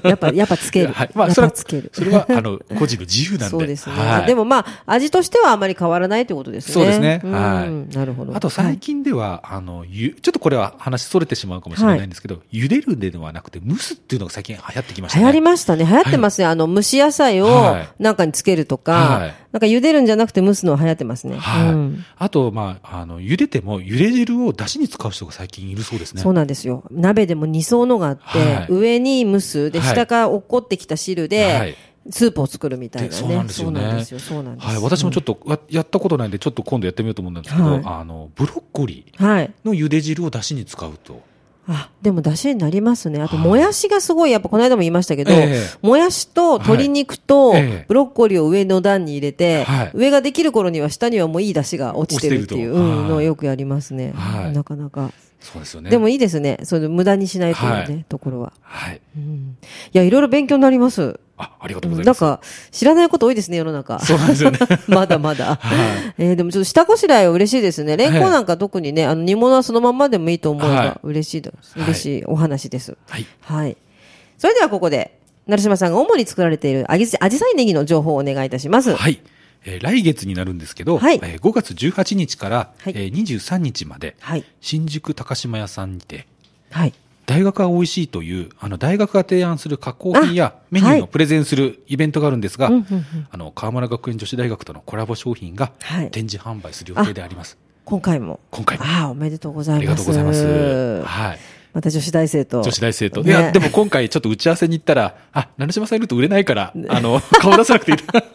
Speaker 1: やっぱ、やっぱつける。
Speaker 2: はい。まあ、
Speaker 1: やっ
Speaker 2: それ
Speaker 1: ぱ
Speaker 2: は、
Speaker 1: つける。
Speaker 2: それは、あの、個人の自由なんで。
Speaker 1: そうですね。
Speaker 2: はい
Speaker 1: でもまあ、味としてはあまり変わらないということですね。
Speaker 2: そうですね
Speaker 1: ん
Speaker 2: は
Speaker 1: なるほど。
Speaker 2: あと最近では、あの、ゆ、ちょっとこれは話逸れてしまうかもしれないんですけど、茹でるではなくて蒸すっていうのが最近流行ってきました
Speaker 1: 流
Speaker 2: ね。
Speaker 1: 行りましたね。流行ってますね。あの、蒸し野菜を
Speaker 2: はい
Speaker 1: なんかにつけるとか、
Speaker 2: はい
Speaker 1: なんか茹でるんじゃなくて蒸すのは流行ってますね。
Speaker 2: はい。
Speaker 1: うん
Speaker 2: あと、まあ、あの、茹でても、茹で汁を出汁に使う人が最近いるそうですね。
Speaker 1: そうなんですよ。鍋でも2層のがあって、
Speaker 2: はい
Speaker 1: 上に蒸す、で、
Speaker 2: はい
Speaker 1: 下から落っこってきた汁
Speaker 2: は
Speaker 1: で
Speaker 2: い、
Speaker 1: スープを作るみたいな
Speaker 2: で
Speaker 1: ね。
Speaker 2: そうなんですよね。
Speaker 1: そうなんですよ。そうなんです
Speaker 2: はい。私もちょ
Speaker 1: っ
Speaker 2: っとや、やったことないんで、ちょっと今度やってみようと思うんですけど、
Speaker 1: はい
Speaker 2: あの、ブロッコリ
Speaker 1: と。はい。
Speaker 2: ーの茹で汁を出汁に使うと。
Speaker 1: あ、でも出汁になりますね。あと、
Speaker 2: はい
Speaker 1: もやしがすごい、やっぱこの間も言いましたけど、
Speaker 2: え
Speaker 1: もやしと鶏肉と
Speaker 2: はいええ
Speaker 1: ブロッコリーを上の段に入れて、
Speaker 2: はい
Speaker 1: 上ができる頃には下にはもういい出汁が落ちてるっていう
Speaker 2: 落ちてると
Speaker 1: うんのをよくやりますね。
Speaker 2: はい
Speaker 1: なかなか。
Speaker 2: そうですよね。
Speaker 1: でもいいですね。その無駄にしないというね、ところは。
Speaker 2: はい。
Speaker 1: うんいや、いろいろ勉強になります。
Speaker 2: あ、ありがとうござい
Speaker 1: な
Speaker 2: ま
Speaker 1: ん
Speaker 2: す。
Speaker 1: か、知らないこと多いですね、世の中。
Speaker 2: そうなんですよね。
Speaker 1: まだまだ。
Speaker 2: はい
Speaker 1: えーでもちょっと下ごしらえは嬉しいですね。レンコ
Speaker 2: は
Speaker 1: ン
Speaker 2: い
Speaker 1: なんか特にね、あの煮物はそのまんまでもいいと思えば
Speaker 2: は
Speaker 1: 嬉しいだ、
Speaker 2: はい
Speaker 1: 嬉しいお話です。
Speaker 2: はい。
Speaker 1: はい。それではここで、成島さんが主に作られているあじアジサイネギの情報をお願いいたします。
Speaker 2: はい。えー来月になるんですけど、
Speaker 1: はい
Speaker 2: えー5月18日から、
Speaker 1: はい
Speaker 2: えー23日まで、
Speaker 1: はい。
Speaker 2: 新宿高島屋さんにて、
Speaker 1: はい。
Speaker 2: 大学が美味しいという、あの、大学が提案する加工品やメニ
Speaker 1: は
Speaker 2: ュ
Speaker 1: い
Speaker 2: ーをプレゼンするイベントがあるんですが、
Speaker 1: うんうんうん
Speaker 2: あの、河村学園女子大学とのコラボ商品が
Speaker 1: はい
Speaker 2: 展示販売する予定であります。
Speaker 1: 今回も。
Speaker 2: 今回も
Speaker 1: ああ、おめでとうござ
Speaker 2: あ
Speaker 1: い
Speaker 2: りが
Speaker 1: ま
Speaker 2: と
Speaker 1: す。
Speaker 2: うございます。はい。
Speaker 1: また女子大生と。
Speaker 2: 女子大生と。
Speaker 1: ね
Speaker 2: いや、でも今回ちょっと打ち合わせに行ったら、あ、成島さんいると売れないから、あの、 顔出さなくていい。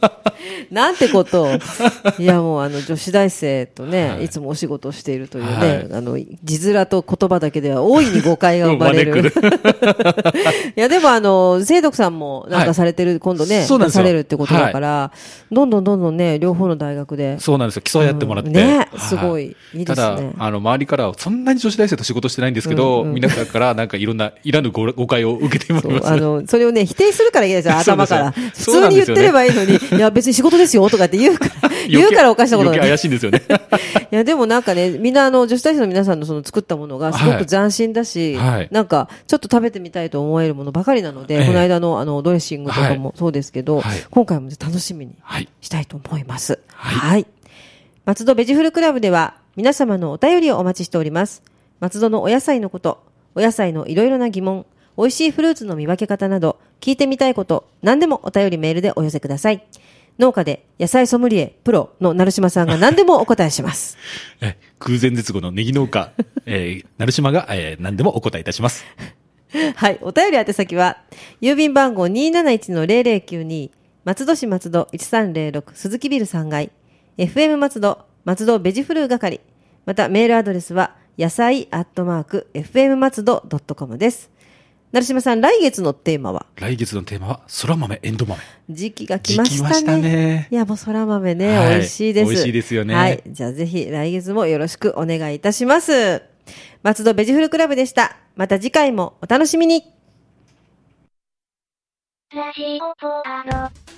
Speaker 1: なんてことを。 いや、もうあの、女子大生とね、
Speaker 2: はい
Speaker 1: い、つもお仕事をしているというね、
Speaker 2: はい
Speaker 1: あの、字面と言葉だけでは大いに誤解が生まれ
Speaker 2: 生ま
Speaker 1: る
Speaker 2: れ。
Speaker 1: いや、でもあの、清徳さんもなんかされてる、今度ね、
Speaker 2: そうなん
Speaker 1: 出
Speaker 2: です
Speaker 1: さ
Speaker 2: よ
Speaker 1: れるってことだから、どんどんどんどんね、両方の大学で。
Speaker 2: そうなんですよ。競い合ってもらって。
Speaker 1: うんね
Speaker 2: は
Speaker 1: すごいいいですね
Speaker 2: ただ、あの、周りからは、そんなに女子大生と仕事してないんですけど、皆さんからなんかいろんな、いらぬご誤解を受けてもらいます
Speaker 1: あ。の、それをね、否定するからいけないですよ、頭から。
Speaker 2: そうな
Speaker 1: 普通
Speaker 2: んですよそうなん
Speaker 1: に
Speaker 2: で
Speaker 1: 言っ
Speaker 2: すよ
Speaker 1: て
Speaker 2: ね
Speaker 1: ればいいのに、 いや、別に仕事ですよ、とかって言うから、言うからおかしなこと
Speaker 2: 余
Speaker 1: に
Speaker 2: 計
Speaker 1: なる
Speaker 2: 怪しいんですよね。
Speaker 1: いや、でもなんかね、みんなあの、女子大生の皆さんのその作ったものがすごく斬新だし、
Speaker 2: はい
Speaker 1: なんか、ちょっと食べてみたいと思えるものばかりなので、
Speaker 2: ええ
Speaker 1: この間のあの、ドレッシングとかもそうですけど、
Speaker 2: はい
Speaker 1: 今回も楽しみに
Speaker 2: はい。
Speaker 1: したいと思います。は。
Speaker 2: はいい
Speaker 1: 松戸ベジフルクラブでは、皆様のお便りをお待ちしております。松戸のお野菜のこと、お野菜のいろいろな疑問、美味しいフルーツの見分け方など、聞いてみたいこと、何でもお便りメールでお寄せください。農家で野菜ソムリエプロの成島さんが何でもお答えします。
Speaker 2: え、空前絶後のネギ農家、えー、成島が、えー、何でもお答えいたします。
Speaker 1: はい。お便り宛先は、郵便番号271-0092、松戸市松戸1306鈴木ビル3階、FM 松戸、松戸ベジフル係。また、メールアドレスは、野菜アットマーク、FM 松戸 .com です。成島さん、来月のテーマは、
Speaker 2: 来月のテーマは、空豆、エンド豆。
Speaker 1: 時期が来ましたね。
Speaker 2: 時期来ましたね
Speaker 1: いや、もう空豆ね、
Speaker 2: はい
Speaker 1: 美味しいです。
Speaker 2: 美味しいですよね
Speaker 1: はい。じゃあぜひ来月もよろしくお願いいたします。松戸ベジフルクラブでした。また次回もお楽しみに。
Speaker 3: ラジオポアド。